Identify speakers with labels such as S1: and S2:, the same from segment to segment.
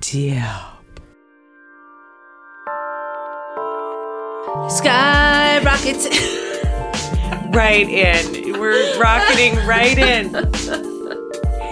S1: dear.
S2: Sky rockets.
S1: Right in. We're rocketing right in.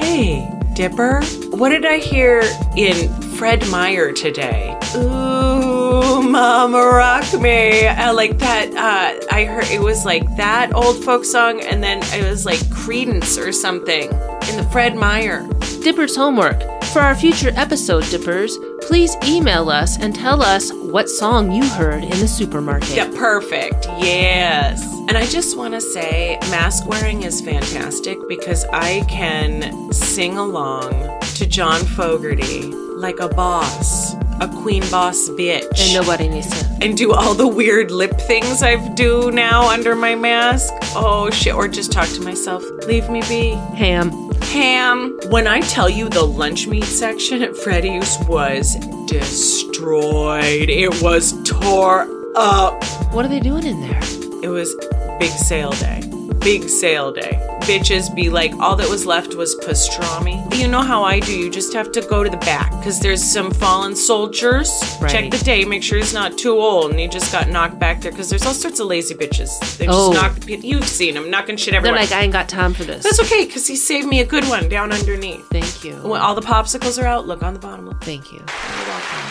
S1: Hey, Dipper. What did I hear in Fred Meyer today? Ooh, Mama Rock Me. I like that. Uh, I heard it was like that old folk song, and then it was like Credence or something in the Fred Meyer.
S2: Dipper's homework. For our future episode, Dippers, please email us and tell us what song you heard in the supermarket.
S1: Yeah, perfect. Yes. And I just want to say mask wearing is fantastic because I can sing along to John Fogerty like a boss, a queen boss bitch.
S2: And nobody needs to.
S1: and do all the weird lip things I do now under my mask. Oh shit, or just talk to myself. Leave me be.
S2: Ham.
S1: Ham. When I tell you the lunch meat section at Freddy's was destroyed, it was tore up.
S2: What are they doing in there?
S1: It was big sale day. Big sale day. Bitches be like, all that was left was pastrami. You know how I do. You just have to go to the back because there's some fallen soldiers.
S2: Right.
S1: Check the day, make sure he's not too old and he just got knocked back there because there's all sorts of lazy bitches. They just
S2: Oh.
S1: knock. You've seen them knocking shit
S2: They're
S1: everywhere.
S2: like, I ain't got time for this.
S1: That's okay because he saved me a good one down underneath.
S2: Thank you.
S1: When all the popsicles are out, look on the bottom. Look.
S2: Thank you.
S1: You're welcome.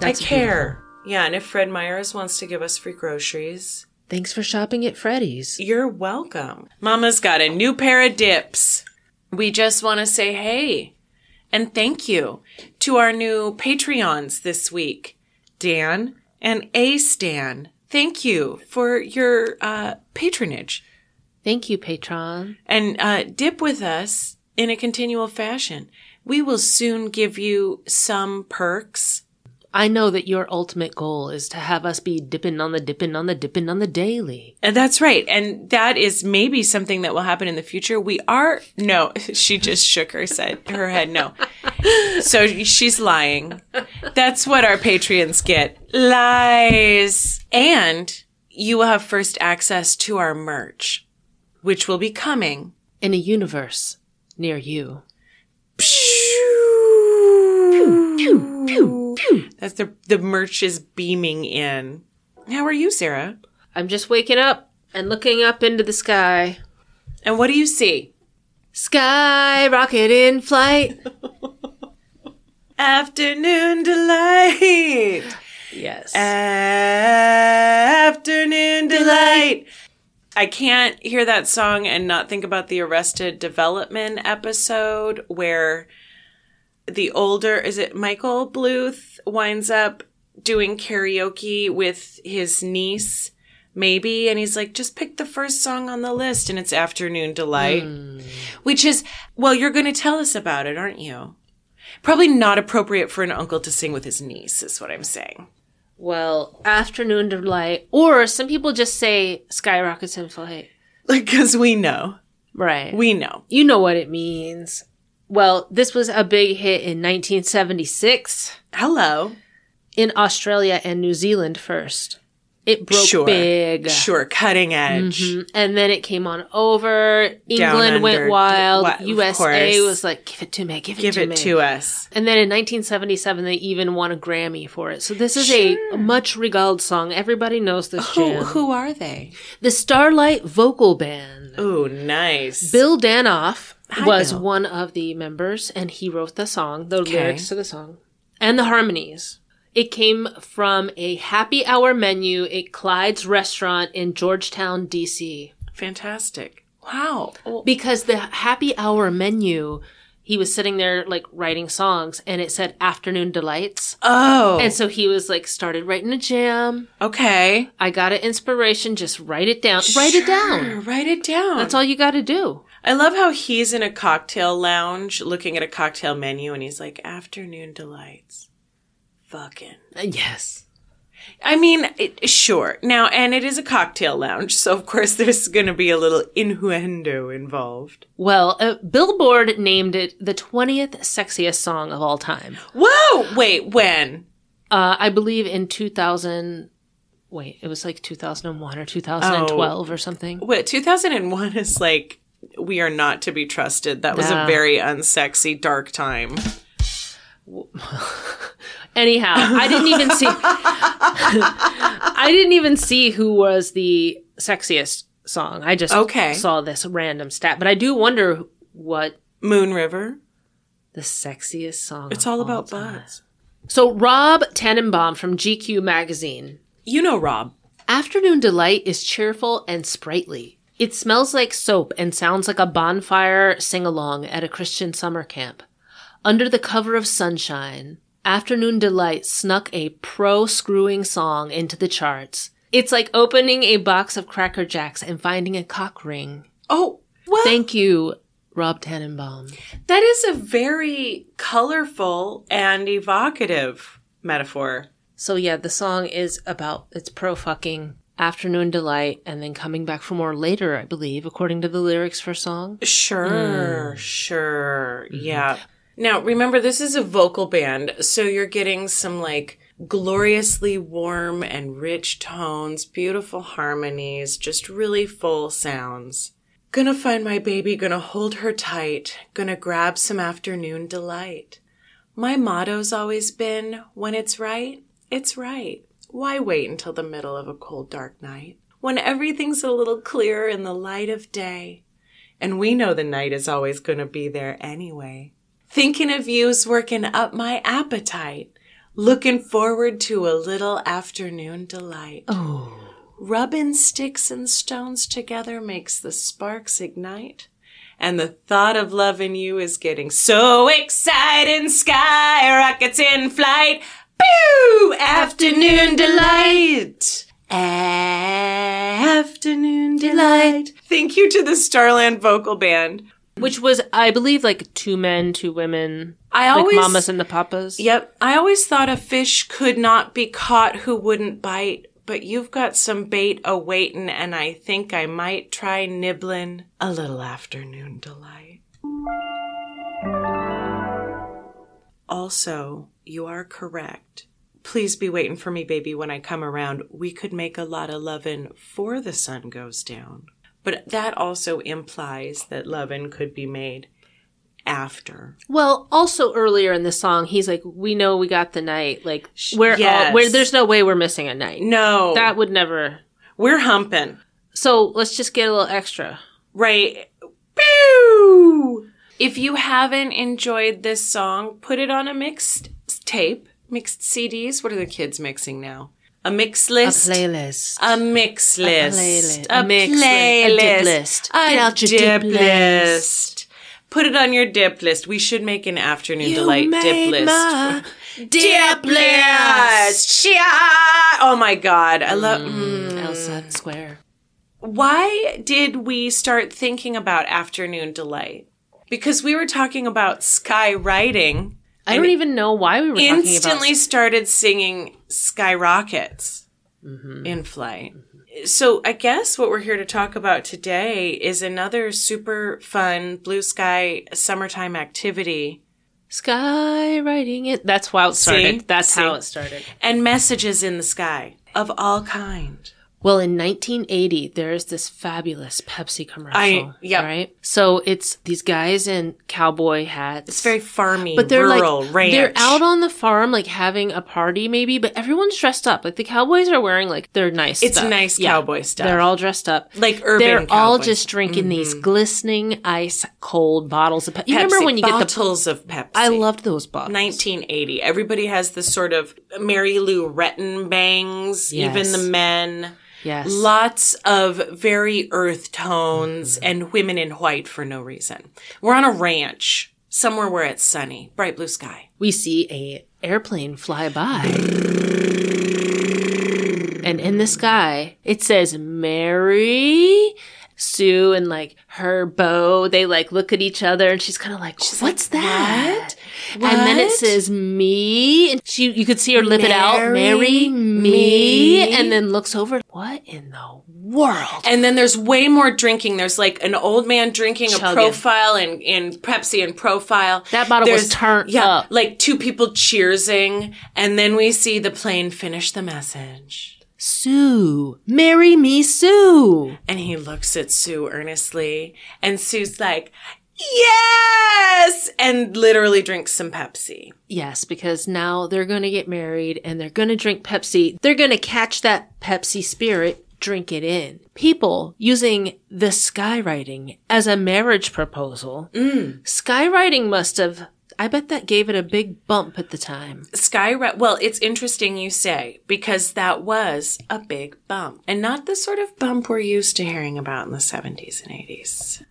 S2: That's
S1: I care. Yeah, and if Fred Myers wants to give us free groceries,
S2: beautiful. Thanks for shopping at Freddy's.
S1: You're welcome. Mama's got a new pair of dips. We just want to say hey and thank you to our new Patreons this week, Dan and A Stan. Thank you for your uh, patronage
S2: Thank you, patron.
S1: and uh, dip with us in a continual fashion. We will soon give you some perks.
S2: I know that your ultimate goal is to have us be dipping on the dipping on the dipping on the daily.
S1: And Uh, That's right. And that is maybe something that will happen in the future. We are, no, she just shook her, said, her head, no. So she's lying. That's what our Patreons get lies. And you will have first access to our merch, which will be coming.
S2: In a universe near you.
S1: That's the, the merch is beaming in. How are you, Sarah?
S2: I'm just waking up and looking up into the sky.
S1: And what do you see?
S2: Sky rocket in flight.
S1: Afternoon delight.
S2: Yes.
S1: Afternoon delight. I can't hear that song and not think about the Arrested Development episode where the older, is it Michael Bluth, winds up doing karaoke with his niece, maybe. And he's like, just pick the first song on the list, and it's Afternoon Delight, which is, well, you're going to tell us about it, aren't you? Probably not appropriate for an uncle to sing with his niece, is what I'm saying.
S2: well, afternoon delight. Or some people just say sky rockets in flight.
S1: Because we know.
S2: Right.
S1: We know.
S2: you know what it means. Well, this was a big hit in 1976
S1: Hello.
S2: in Australia and New Zealand first. It broke
S1: Sure.
S2: big.
S1: Sure. Cutting edge.
S2: Mhm. And then it came on over. England
S1: under.
S2: went
S1: D-
S2: wild.
S1: wa- of
S2: USA
S1: course.
S2: was like, give it to me, give it
S1: Give
S2: to me.
S1: it to us.
S2: And then in 1977, they even won a Grammy for it. So this is a much regaled song. Everybody knows this jam.
S1: Who who are they?
S2: The Starlight Vocal Band.
S1: Ooh, nice.
S2: Bill Danoff
S1: Hi,
S2: was
S1: Bill.
S2: one of the members, and he wrote the song, the
S1: Okay.
S2: lyrics to the song, and the harmonies. It came from a happy hour menu at Clyde's restaurant in Georgetown, D.C.
S1: Fantastic. Wow.
S2: Because the happy hour menu, he was sitting there like writing songs, and it said afternoon delights.
S1: Oh.
S2: And so he was like, started writing a jam.
S1: okay.
S2: I got an inspiration. Just write it down. Write it down.
S1: Sure, Write it down.
S2: That's all you got to do.
S1: I love how he's in a cocktail lounge looking at a cocktail menu and he's like, afternoon delights. Fucking.
S2: Yes.
S1: I mean, it, sure. Now, and it is a cocktail lounge, so of course there's going to be a little innuendo involved.
S2: Well, uh, Billboard named it the 20th sexiest song of all time.
S1: Whoa! Wait, when?
S2: Uh, I believe in
S1: Oh.
S2: 2000. Wait, it was like 2001 or 2012 or something.
S1: What, 2001 is like we are not to be trusted. That was
S2: No.
S1: a very unsexy, dark time.
S2: Anyhow, I didn't even see. I didn't even see who was the sexiest song. I just
S1: Okay.
S2: saw this random stat, but I do wonder what
S1: Moon River.
S2: the sexiest song.
S1: It's
S2: of
S1: all about
S2: time-
S1: butts.
S2: So Rob Tannenbaum from GQ magazine.
S1: You know Rob.
S2: Afternoon delight is cheerful and sprightly. It smells like soap and sounds like a bonfire sing along at a Christian summer camp. Under the cover of sunshine, Afternoon Delight snuck a pro screwing song into the charts. It's like opening a box of Cracker Jacks and finding a cock ring.
S1: Oh, what?
S2: Thank you, Rob Tannenbaum.
S1: that is a very colorful and evocative metaphor.
S2: So yeah, the song is about it's pro fucking afternoon delight and then coming back for more later, I believe, according to the lyrics for song.
S1: Sure, sure. Yeah. Now, remember, this is a vocal band, so you're getting some like gloriously warm and rich tones, beautiful harmonies, just really full sounds. Gonna find my baby, gonna hold her tight, gonna grab some afternoon delight. My motto's always been when it's right, it's right. Why wait until the middle of a cold, dark night? When everything's a little clearer in the light of day. And we know the night is always going to be there anyway. Thinking of you's working up my appetite. Looking forward to a little afternoon delight.
S2: Oh.
S1: Rubbing sticks and stones together makes the sparks ignite. And the thought of loving you is getting so exciting. Sky rockets in flight. Boo! Afternoon delight. Afternoon delight. Thank you to the Starland Vocal Band.
S2: Which was, I believe, like two men, two women.
S1: I
S2: like
S1: always
S2: mamas and the papas.
S1: Yep. I always thought a fish could not be caught who wouldn't bite, but you've got some bait a waitin', and I think I might try nibblin' a little afternoon delight. Also, you are correct. Please be waiting for me, baby, when I come around. We could make a lot of lovin' 'fore the sun goes down. But that also implies that lovin' could be made after.
S2: Well, also earlier in the song, he's like, "We know we got the night. Like, we're all,
S1: yes.
S2: where there's no way we're missing a night.
S1: No.
S2: That would never.
S1: We're humping,
S2: So let's just get a little extra.
S1: right? Boo! If you haven't enjoyed this song, put it on a mixed s- tape, mixed CDs. What are the kids mixing now? A mix list.
S2: playlist.
S1: A mix list.
S2: playlist. A mix list. A dip
S1: playlist.
S2: list.
S1: A
S2: Get out your
S1: dip
S2: dip
S1: list. Put it on your dip list. We should make an afternoon delight dip list. dip list. Yeah. Oh my god. I love mm.
S2: Elsa Square.
S1: why did we start thinking about afternoon delight? Because we were talking about skywriting,
S2: I don't even know why we were
S1: instantly
S2: talking
S1: started singing skyrockets
S2: Mm-hmm.
S1: in flight. So I guess what we're here to talk about today is another super fun blue sky summertime activity
S2: about skywriting. It. That's how it started.
S1: See?
S2: That's
S1: See?
S2: how it started.
S1: and messages in the sky of all kind.
S2: Well, in 1980, there is this fabulous Pepsi commercial.
S1: I- yep.
S2: Right. So it's these guys in cowboy hats.
S1: It's very farmy,
S2: but they're
S1: rural,
S2: like
S1: ranch.
S2: they're out on the farm like having a party maybe but everyone's dressed up like the cowboys are wearing like their nice
S1: It's
S2: stuff.
S1: nice
S2: Yeah.
S1: cowboy stuff.
S2: they're all dressed up
S1: like urban.
S2: they're all
S1: cowboys. Mm-hmm.
S2: just drinking these glistening ice cold bottles of Pepsi. you remember
S1: Pepsi,
S2: when you get the
S1: bottles of Pepsi?
S2: I loved those bottles
S1: 1980. Everybody has this sort of Mary Lou Retton bangs,
S2: Yes.
S1: even the men.
S2: yes
S1: Lots of very earth tones
S2: Mm-hmm.
S1: and women in white for no reason. We're on a ranch somewhere where it's sunny, bright blue sky.
S2: we see a airplane fly by and in the sky it says mary sue and like her beau they like look at each other and she's kind of like what's that and then it
S1: What?
S2: says me and she you could see her lip it out
S1: Mary,
S2: mary me
S1: me.
S2: and then looks over what in the world
S1: And then there's way more drinking. There's like an old man drinking a
S2: Chugging.
S1: profile and in Pepsi and profile.
S2: That bottle was
S1: There's-
S2: turned
S1: yeah,
S2: up.
S1: like two people cheersing, and then we see the plane finish the message.
S2: Sue, marry me, Sue.
S1: And he looks at Sue earnestly, and Sue's like, Yes! And literally drinks some Pepsi.
S2: Yes, because now they're going to get married and they're going to drink Pepsi. They're going to catch that Pepsi spirit, drink it in. People using the skywriting as a marriage proposal.
S1: Mm.
S2: Skywriting must have, I bet that gave it a big bump at the time.
S1: Sky, well, it's interesting you say, because that was a big bump. And not the sort of bump we're used to hearing about in the 70s and 80s.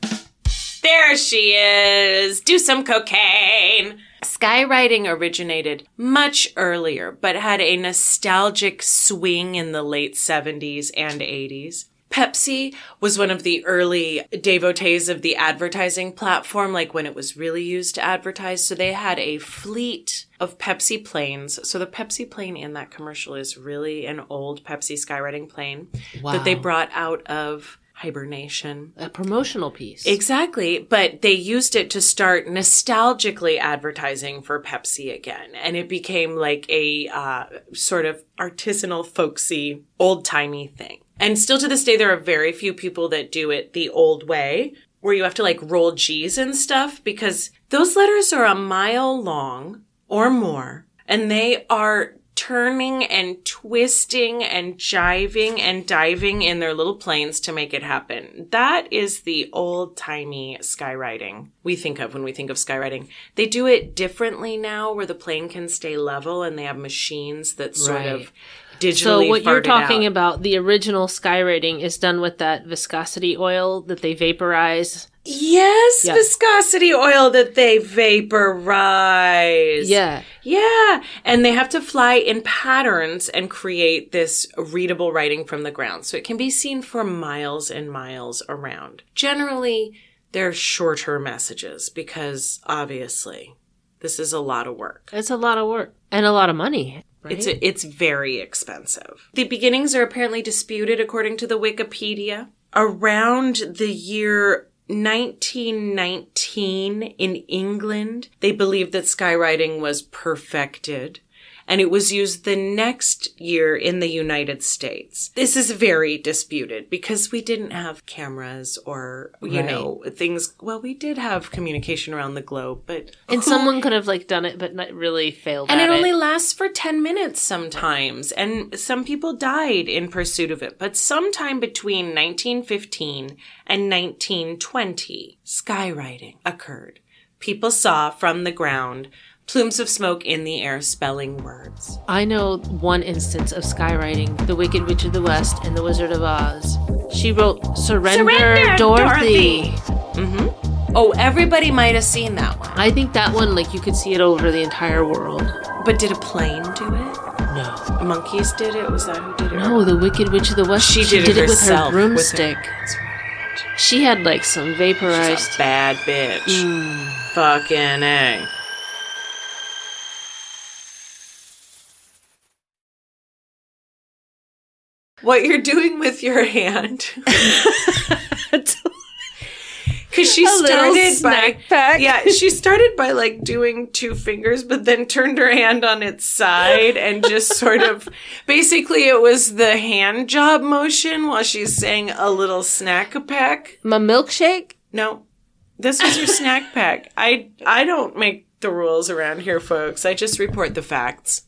S1: There she is! Do some cocaine! Skywriting originated much earlier, but had a nostalgic swing in the late 70s and 80s. Pepsi was one of the early devotees of the advertising platform, like when it was really used to advertise. So they had a fleet of Pepsi planes. So the Pepsi plane in that commercial is really an old Pepsi skywriting plane that they
S2: Wow.
S1: brought out of hibernation.
S2: A promotional piece.
S1: Exactly, but they used it to start nostalgically advertising for Pepsi again, and it became like a uh, sort of artisanal, folksy, old timey thing. And still to this day, there are very few people that do it the old way, where you have to like roll G's and stuff, because those letters are a mile long or more, and they are turning and twisting and jiving and diving in their little planes to make it happen. That is the old timey skywriting we think of when we think of skywriting. They do it differently now where the plane can stay level and they have machines that sort
S2: Right.
S1: of digitally
S2: So what you're
S1: fart it out.
S2: talking about, the original skywriting is done with that viscosity oil that they vaporize.
S1: Yes,
S2: Yeah.
S1: viscosity oil that they vaporize.
S2: Yeah.
S1: Yeah, and they have to fly in patterns and create this readable writing from the ground. So it can be seen for miles and miles around. Generally, they're shorter messages because obviously this is a lot of work.
S2: It's a lot of work and a lot of money. Right?
S1: It's it's very expensive. The beginnings are apparently disputed according to the Wikipedia. Around the year 1919 in England, they believed that skywriting was perfected. And it was used the next year in the United States. This is very disputed because we didn't have cameras or, you
S2: Right.
S1: know, things. Well, we did have communication around the globe, but
S2: and someone could have like done it, but not really failed.
S1: and
S2: at
S1: it only lasts for 10 minutes sometimes. And some people died in pursuit of it. But sometime between 1915 and 1920, skywriting occurred. People saw from the ground plumes of smoke in the air spelling words.
S2: I know one instance of skywriting: The Wicked Witch of the West and The Wizard of Oz. She wrote "Surrender,
S1: Surrender,
S2: Dorothy.
S1: Dorothy. Oh, everybody might have seen that one.
S2: I think that one, like, you could see it over the entire world.
S1: But did a plane do it?
S2: No,
S1: Monkeys did it? Was that who did it?
S2: no, The Wicked Witch of the West.
S1: She did, it,
S2: it with her
S1: herself
S2: broomstick.
S1: With her, that's right.
S2: She had like some vaporized.
S1: She's a bad bitch.
S2: Mm.
S1: Fucking A. What you're doing with your hand. Because she
S2: A little
S1: started by.
S2: snack pack.
S1: Yeah, she started by like doing two fingers, but then turned her hand on its side and just sort of. Basically, it was the hand job motion while she's saying a little snack pack.
S2: My milkshake?
S1: No, this was your snack pack. I I don't make the rules around here, folks. I just report the facts.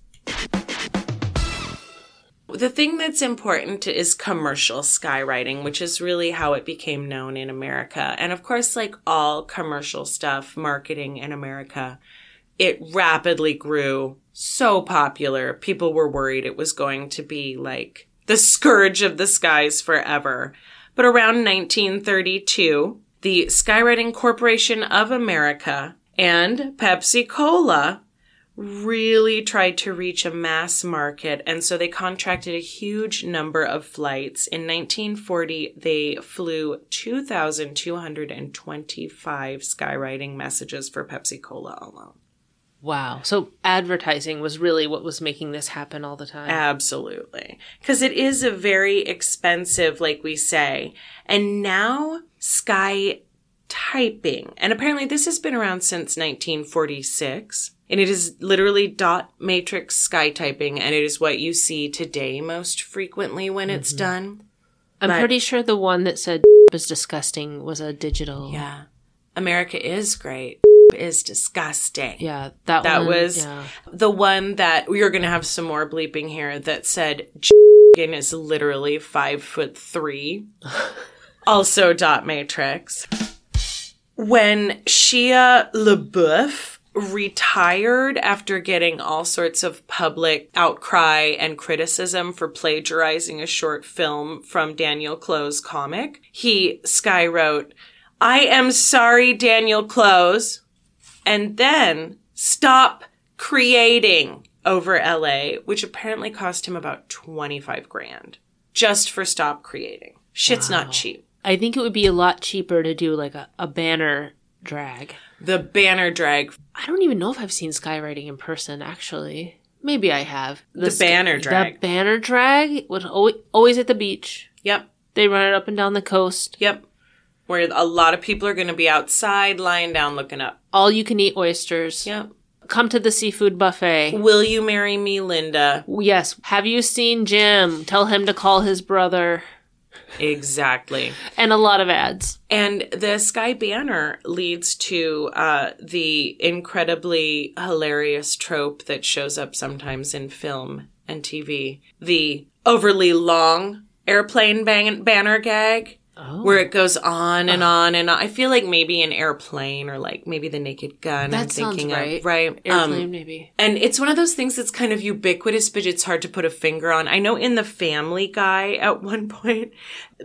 S1: The thing that's important is commercial skywriting, which is really how it became known in America. And of course, like all commercial stuff, marketing in America, it rapidly grew so popular. People were worried it was going to be like the scourge of the skies forever. But around 1932, the Skywriting Corporation of America and Pepsi Cola really tried to reach a mass market and so they contracted a huge number of flights in 1940 they flew 2225 skywriting messages for pepsi cola alone
S2: Wow. So advertising was really what was making this happen all the time.
S1: Absolutely. Because it is a very expensive, like we say. And now sky typing. And apparently this has been around since 1946. And it is literally dot matrix sky typing, and it is what you see today most frequently when it's done.
S2: I'm
S1: But-
S2: pretty sure the one that said was disgusting was a digital.
S1: Yeah. America is great. Is disgusting.
S2: Yeah, that
S1: That
S2: one,
S1: was
S2: yeah.
S1: the one that we are going to have some more bleeping here that said is literally five foot three. also, dot matrix. When Shia LaBeouf retired after getting all sorts of public outcry and criticism for plagiarizing a short film from Daniel Close comic, he skywrote, I am sorry, Daniel Close and then stop creating over LA, which apparently cost him about 25 grand just for stop creating. Shit's not cheap.
S2: I think it would be a lot cheaper to do like a, a banner drag.
S1: The banner drag,
S2: I don't even know if I've seen skywriting in person, actually. Maybe I have.
S1: the
S2: sk-
S1: banner drag.
S2: The banner drag was always, always at the beach.
S1: yep,
S2: They run it up and down the coast.
S1: yep. Where a lot of people are going to be outside lying down looking up.
S2: All you can eat oysters.
S1: Yep.
S2: Come to the seafood buffet.
S1: Will you marry me, Linda?
S2: Yes. Have you seen Jim? Tell him to call his brother.
S1: Exactly.
S2: And a lot of ads.
S1: And the sky banner leads to uh, the incredibly hilarious trope that shows up sometimes in film and TV the overly long airplane bang- banner gag.
S2: Oh.
S1: Where it goes on and on and on. I feel like maybe an airplane or like maybe the Naked Gun. I'm
S2: That sounds
S1: thinking
S2: right.
S1: Of, right. Um,
S2: Airplane, maybe.
S1: and it's one of those things that's kind of ubiquitous, but it's hard to put a finger on. I know in The Family Guy, at one point,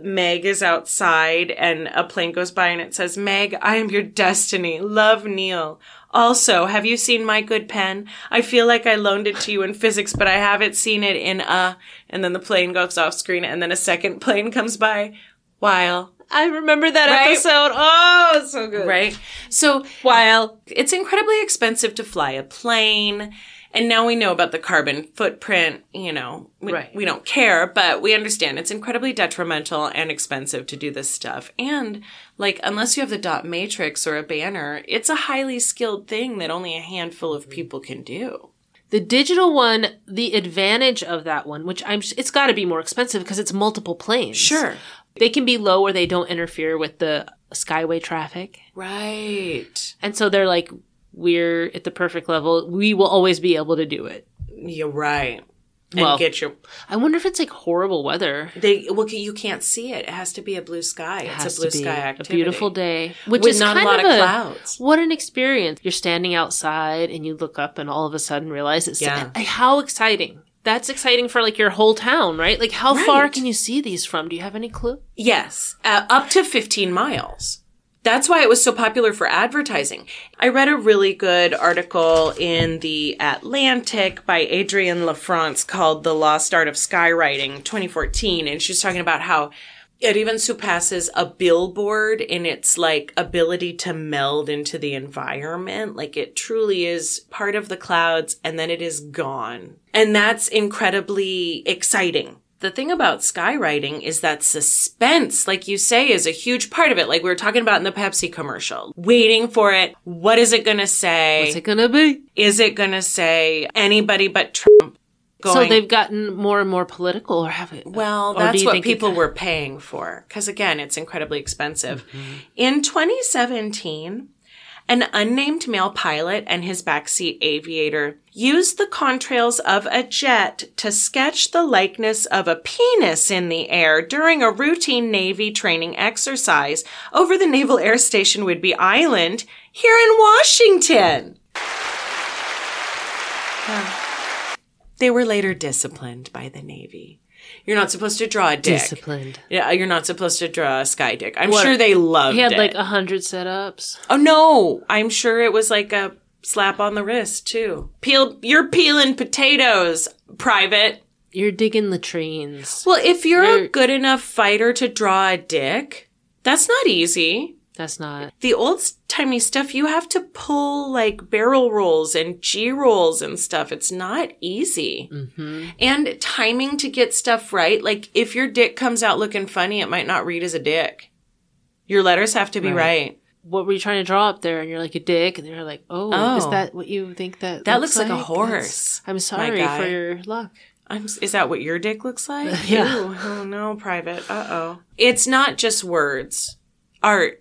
S1: Meg is outside and a plane goes by and it says, Meg, I am your destiny. Love Neil. Also, have you seen My Good Pen? I feel like I loaned it to you in physics, but I haven't seen it in uh. And then the plane goes off screen and then a second plane comes by while.
S2: I remember that
S1: Right?
S2: episode. Oh, it's so good.
S1: Right? So
S2: While
S1: it's incredibly expensive to fly a plane. And now we know about the carbon footprint, you know, we,
S2: Right.
S1: we don't care, but we understand it's incredibly detrimental and expensive to do this stuff. And like, unless you have the dot matrix or a banner, it's a highly skilled thing that only a handful of people can do.
S2: The digital one, the advantage of that one, which I'm, s- it's got to be more expensive because it's multiple planes.
S1: Sure.
S2: They can be low where they don't interfere with the skyway traffic.
S1: Right.
S2: And so they're like, we're at the perfect level. We will always be able to do it.
S1: You're right. And
S2: Well-
S1: get your,
S2: I wonder if it's like horrible weather.
S1: they, well, you can't see it. It has to be a blue sky.
S2: It
S1: it's a blue sky activity.
S2: a beautiful day, which
S1: With
S2: is
S1: not a
S2: kind
S1: lot of
S2: a-
S1: clouds.
S2: What an experience! You're standing outside and you look up and all of a sudden realize it's eh,
S1: Yeah.
S2: how exciting. That's exciting for like your whole town, right? Like how far
S1: Right.
S2: can you see these from? Do you have any clue?
S1: Yes, uh, up to 15 miles. That's why it was so popular for advertising. I read a really good article in The Atlantic by Adrienne LaFrance called The Lost Art of Skywriting 2014. And she's talking about how it even surpasses a billboard in its like ability to meld into the environment. Like it truly is part of the clouds and then it is gone. And that's incredibly exciting. The thing about skywriting is that suspense, like you say, is a huge part of it. Like we were talking about in the Pepsi commercial, waiting for it. What is it going to say?
S2: What's it gonna be?
S1: Is it going to say anybody but Trump going?
S2: So they've gotten more and more political, or have it?
S1: Well,
S2: or do
S1: that's
S2: you
S1: what
S2: think it-
S1: people were paying for because again, it's incredibly expensive. In 2017, an unnamed male pilot and his backseat aviator used the contrails of a jet to sketch the likeness of a penis in the air during a routine Navy training exercise over the Naval Air Station Whidbey Island here in Washington. They were later disciplined by the Navy. You're not supposed to draw a dick.
S2: disciplined.
S1: Yeah, you're not supposed to draw a sky dick. I'm sure they loved
S2: He had
S1: it.
S2: like a hundred setups.
S1: oh no, I'm sure it was like a slap on the wrist too. Peel, you're peeling potatoes, private.
S2: You're digging latrines.
S1: Well, if you're, a
S2: You're-
S1: good enough fighter to draw a dick, that's not easy.
S2: That's not.
S1: The old timey stuff, you have to pull like barrel rolls and G rolls and stuff. It's not easy.
S2: hmm
S1: And timing to get stuff right. Like if your dick comes out looking funny, it might not read as a dick. Your letters have to be right.
S2: Right. what were you trying to draw up there? And you're like, a dick. And they're like, oh, is
S1: Oh.
S2: that what you think that
S1: That looks like a
S2: That's-
S1: horse,
S2: I'm sorry
S1: guy."
S2: for your luck.
S1: I'm, s- is that what your dick looks like?
S2: Yeah.
S1: Ew, oh no, private. Uh oh. It's not just words. Art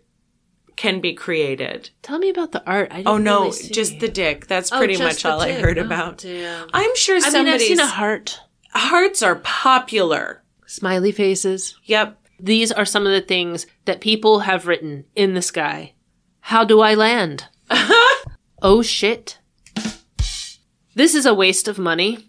S1: can be created.
S2: Tell me about the art. I didn't
S1: Oh no,
S2: really see.
S1: just the dick. That's
S2: Oh,
S1: pretty
S2: just
S1: much
S2: the
S1: all I
S2: dick.
S1: heard
S2: Oh,
S1: about.
S2: damn.
S1: I'm sure
S2: I mean, I've
S1: somebody's
S2: seen a heart.
S1: hearts are popular.
S2: Smiley faces.
S1: Yep.
S2: These are some of the things that people have written in the sky. How do I land? oh shit. This is a waste of money.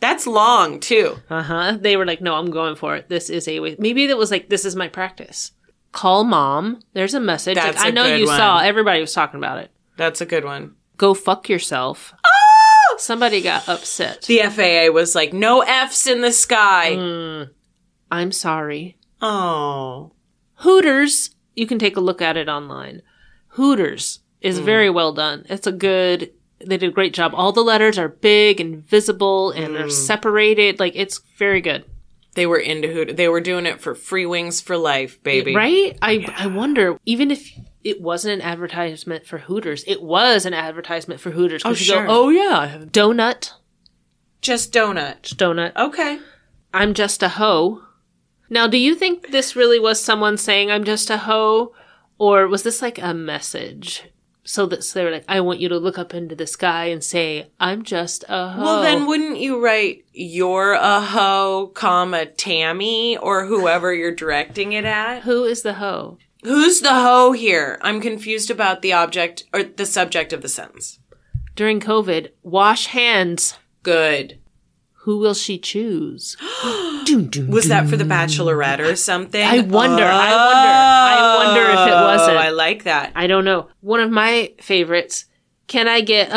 S1: That's long too.
S2: Uh huh. They were like, no, I'm going for it. This is a waste. Maybe that was like, this is my practice. Call mom. There's a message. Like,
S1: That's
S2: I
S1: a
S2: know
S1: good
S2: you
S1: one.
S2: saw. Everybody was talking about it.
S1: That's a good one. Oh!
S2: Go fuck yourself. Somebody got upset.
S1: The FAA was like, no F's in the sky.
S2: Mm. I'm sorry.
S1: Oh.
S2: Hooters, you can take a look at it online. Hooters is
S1: Hmm.
S2: very well done. It's a good, they did a great job. All the letters are big and visible and
S1: Hmm.
S2: are separated. Like, it's very good.
S1: They were into hoot. They were doing it for free wings for life, baby.
S2: Right? I, I wonder, even if it wasn't an advertisement for Hooters, it was an advertisement for Hooters. 'cause
S1: Oh,
S2: you
S1: sure.
S2: Go, oh, yeah. I have a Donut.
S1: Just donut.
S2: Donut.
S1: Okay.
S2: I'm just a hoe. Now, do you think this really was someone saying, I'm just a hoe? Or was this like a message? So that so they were like, I want you to look up into the sky and say, I'm just a hoe.
S1: Well, then wouldn't you write you're a hoe, comma Tammy or whoever you're directing it at?
S2: who is the hoe?
S1: Who's the hoe here? I'm confused about the object or the subject of the sentence.
S2: During COVID, wash hands.
S1: Good.
S2: Who will she choose? Dun, dun,
S1: Was
S2: dun.
S1: that for the Bachelorette or something?
S2: I wonder, I wonder, I wonder if it
S1: Oh,
S2: wasn't.
S1: I like that.
S2: I don't know. One of my favorites. Can I get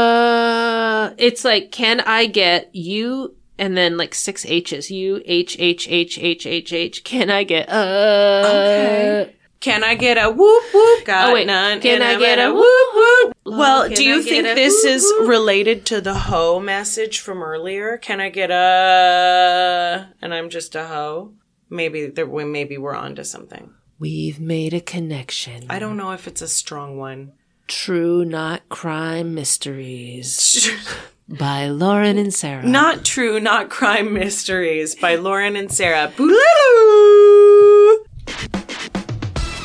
S2: uh? It's like can I get you and then like six H's. U H H H H H H. Can I get uh?
S1: Okay. Can I get a whoop whoop? Got
S2: Oh, wait.
S1: none.
S2: Can
S1: and
S2: I
S1: I'm
S2: get
S1: at
S2: a whoop whoop?
S1: Well, do
S2: Can
S1: you
S2: I get
S1: think
S2: a
S1: this
S2: whoop,
S1: is
S2: whoop?
S1: related to the hoe message from earlier? Can I get a and I'm just a hoe? Maybe there, we- maybe we're onto something.
S2: We've made a connection.
S1: I don't know if it's a strong one.
S2: True, not crime mysteries by Lauren and Sarah.
S1: not true, not crime mysteries by Lauren and Sarah. Boogaloo!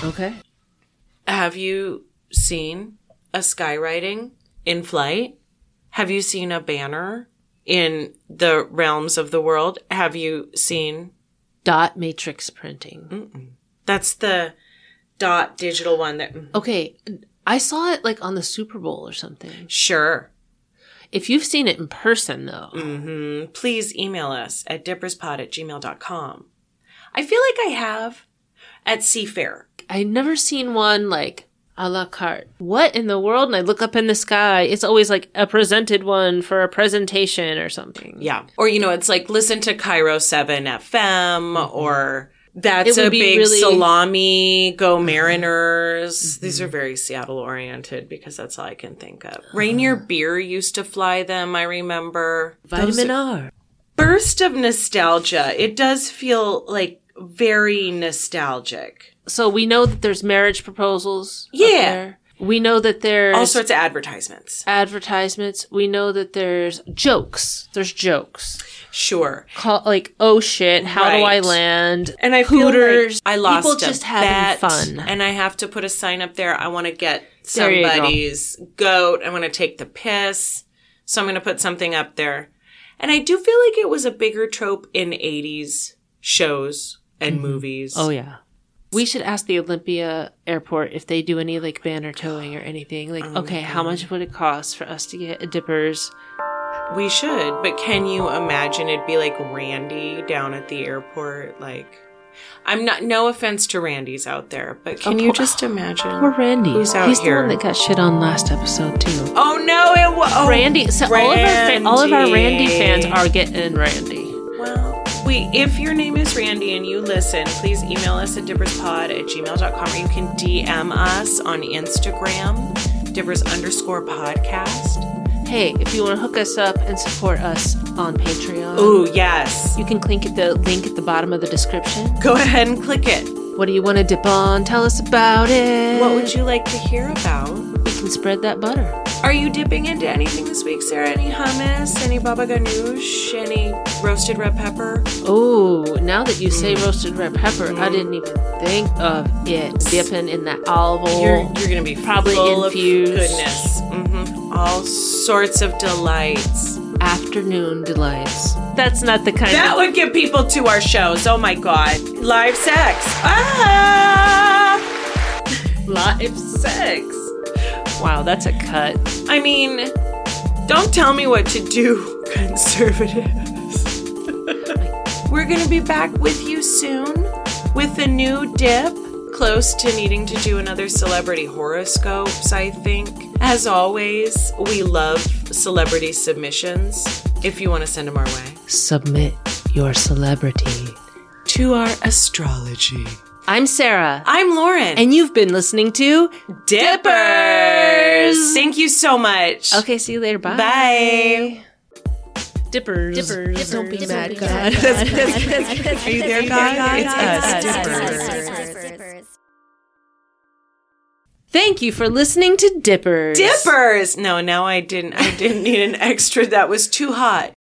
S2: okay.
S1: Have you seen a skywriting in flight? Have you seen a banner in the realms of the world? Have you seen
S2: Dot matrix printing.
S1: That's the dot digital one that
S2: Okay, I saw it like on the Super Bowl or something.
S1: sure.
S2: If you've seen it in person though,
S1: Please email us at dipperspod at gmail.com. I feel like I have at Seafair.
S2: I never seen one like a la carte. What in the world? And I look up in the sky. It's always like a presented one for a presentation or something.
S1: Yeah. Or you know, it's like listen to Cairo seven FM or that's
S2: It would
S1: a
S2: be
S1: big
S2: really-
S1: salami, go Mariners. These are very Seattle oriented because that's all I can think of. Rainier Beer used to fly them, I remember.
S2: Vitamin R.
S1: burst of nostalgia. It does feel like very nostalgic.
S2: So we know that there's marriage proposals. up
S1: Yeah.
S2: there. We know that there's
S1: All sorts of advertisements.
S2: advertisements. We know that there's jokes. There's jokes.
S1: Sure.
S2: Call like, oh shit, how do I
S1: Right.
S2: land?
S1: And I feel
S2: Hooters.
S1: like I lost
S2: people
S1: a
S2: just having
S1: bet,
S2: fun.
S1: and I have to put a sign up there. I want to get
S2: There you go.
S1: somebody's goat. I want to take the piss, so I'm going to put something up there. And I do feel like it was a bigger trope in '80s shows and movies.
S2: Oh yeah. We should ask the Olympia Airport if they do any like banner towing or anything. Like, okay, how much would it cost for us to get a dippers?
S1: We should, but can you imagine it'd be like Randy down at the airport? Like, I'm not, no offense to Randy's out there, but can you just imagine?
S2: Oh, Poor Randy.
S1: Who's out
S2: He's
S1: here?
S2: the one that got shit on last episode too.
S1: oh no, it was. Oh,
S2: Randy. So all of our fa- all of our Randy fans
S1: Randy.
S2: are getting Randy.
S1: Well, we, if your name is Randy and you listen, please email us at dipperspod at gmail.com or you can DM us on Instagram, dippers underscore podcast.
S2: Hey, if you want to hook us up and support us on Patreon,
S1: Ooh, yes.
S2: you can click at the link at the bottom of the description.
S1: Go ahead and click it.
S2: What do you want to dip on? Tell us about it.
S1: What would you like to hear about?
S2: you can spread that butter?
S1: Are you dipping into anything this week, Sarah? Any hummus? Any baba ganoush? Any roasted red pepper?
S2: Oh, now that you say roasted red pepper, I didn't even think of it dipping in that olive oil.
S1: You're, you're gonna be
S2: Probably
S1: full
S2: infused.
S1: Of goodness, hmm all sorts of delights.
S2: Afternoon delights. That's not the kind
S1: That would get people to our shows. Oh my god, live sex. Ah,
S2: of live sex. Wow, that's a cut.
S1: I mean, don't tell me what to do, conservatives. We're gonna be back with you soon with a new dip. Close to needing to do another celebrity horoscopes, I think. As always, we love celebrity submissions if you want to send them our way.
S2: Submit your celebrity.
S1: to our astrology.
S2: I'm Sarah,
S1: I'm Lauren.
S2: and you've been listening to
S1: Dippers! Thank you so much.
S2: Okay, see you later. Bye.
S1: Bye.
S2: Dippers. Dippers. Don't be mad, God.
S1: Are you there, God? It's us, Dippers.
S3: Dippers.
S2: Thank you for listening to Dippers.
S1: Dippers! No, now I didn't. I didn't need an extra. That was too hot.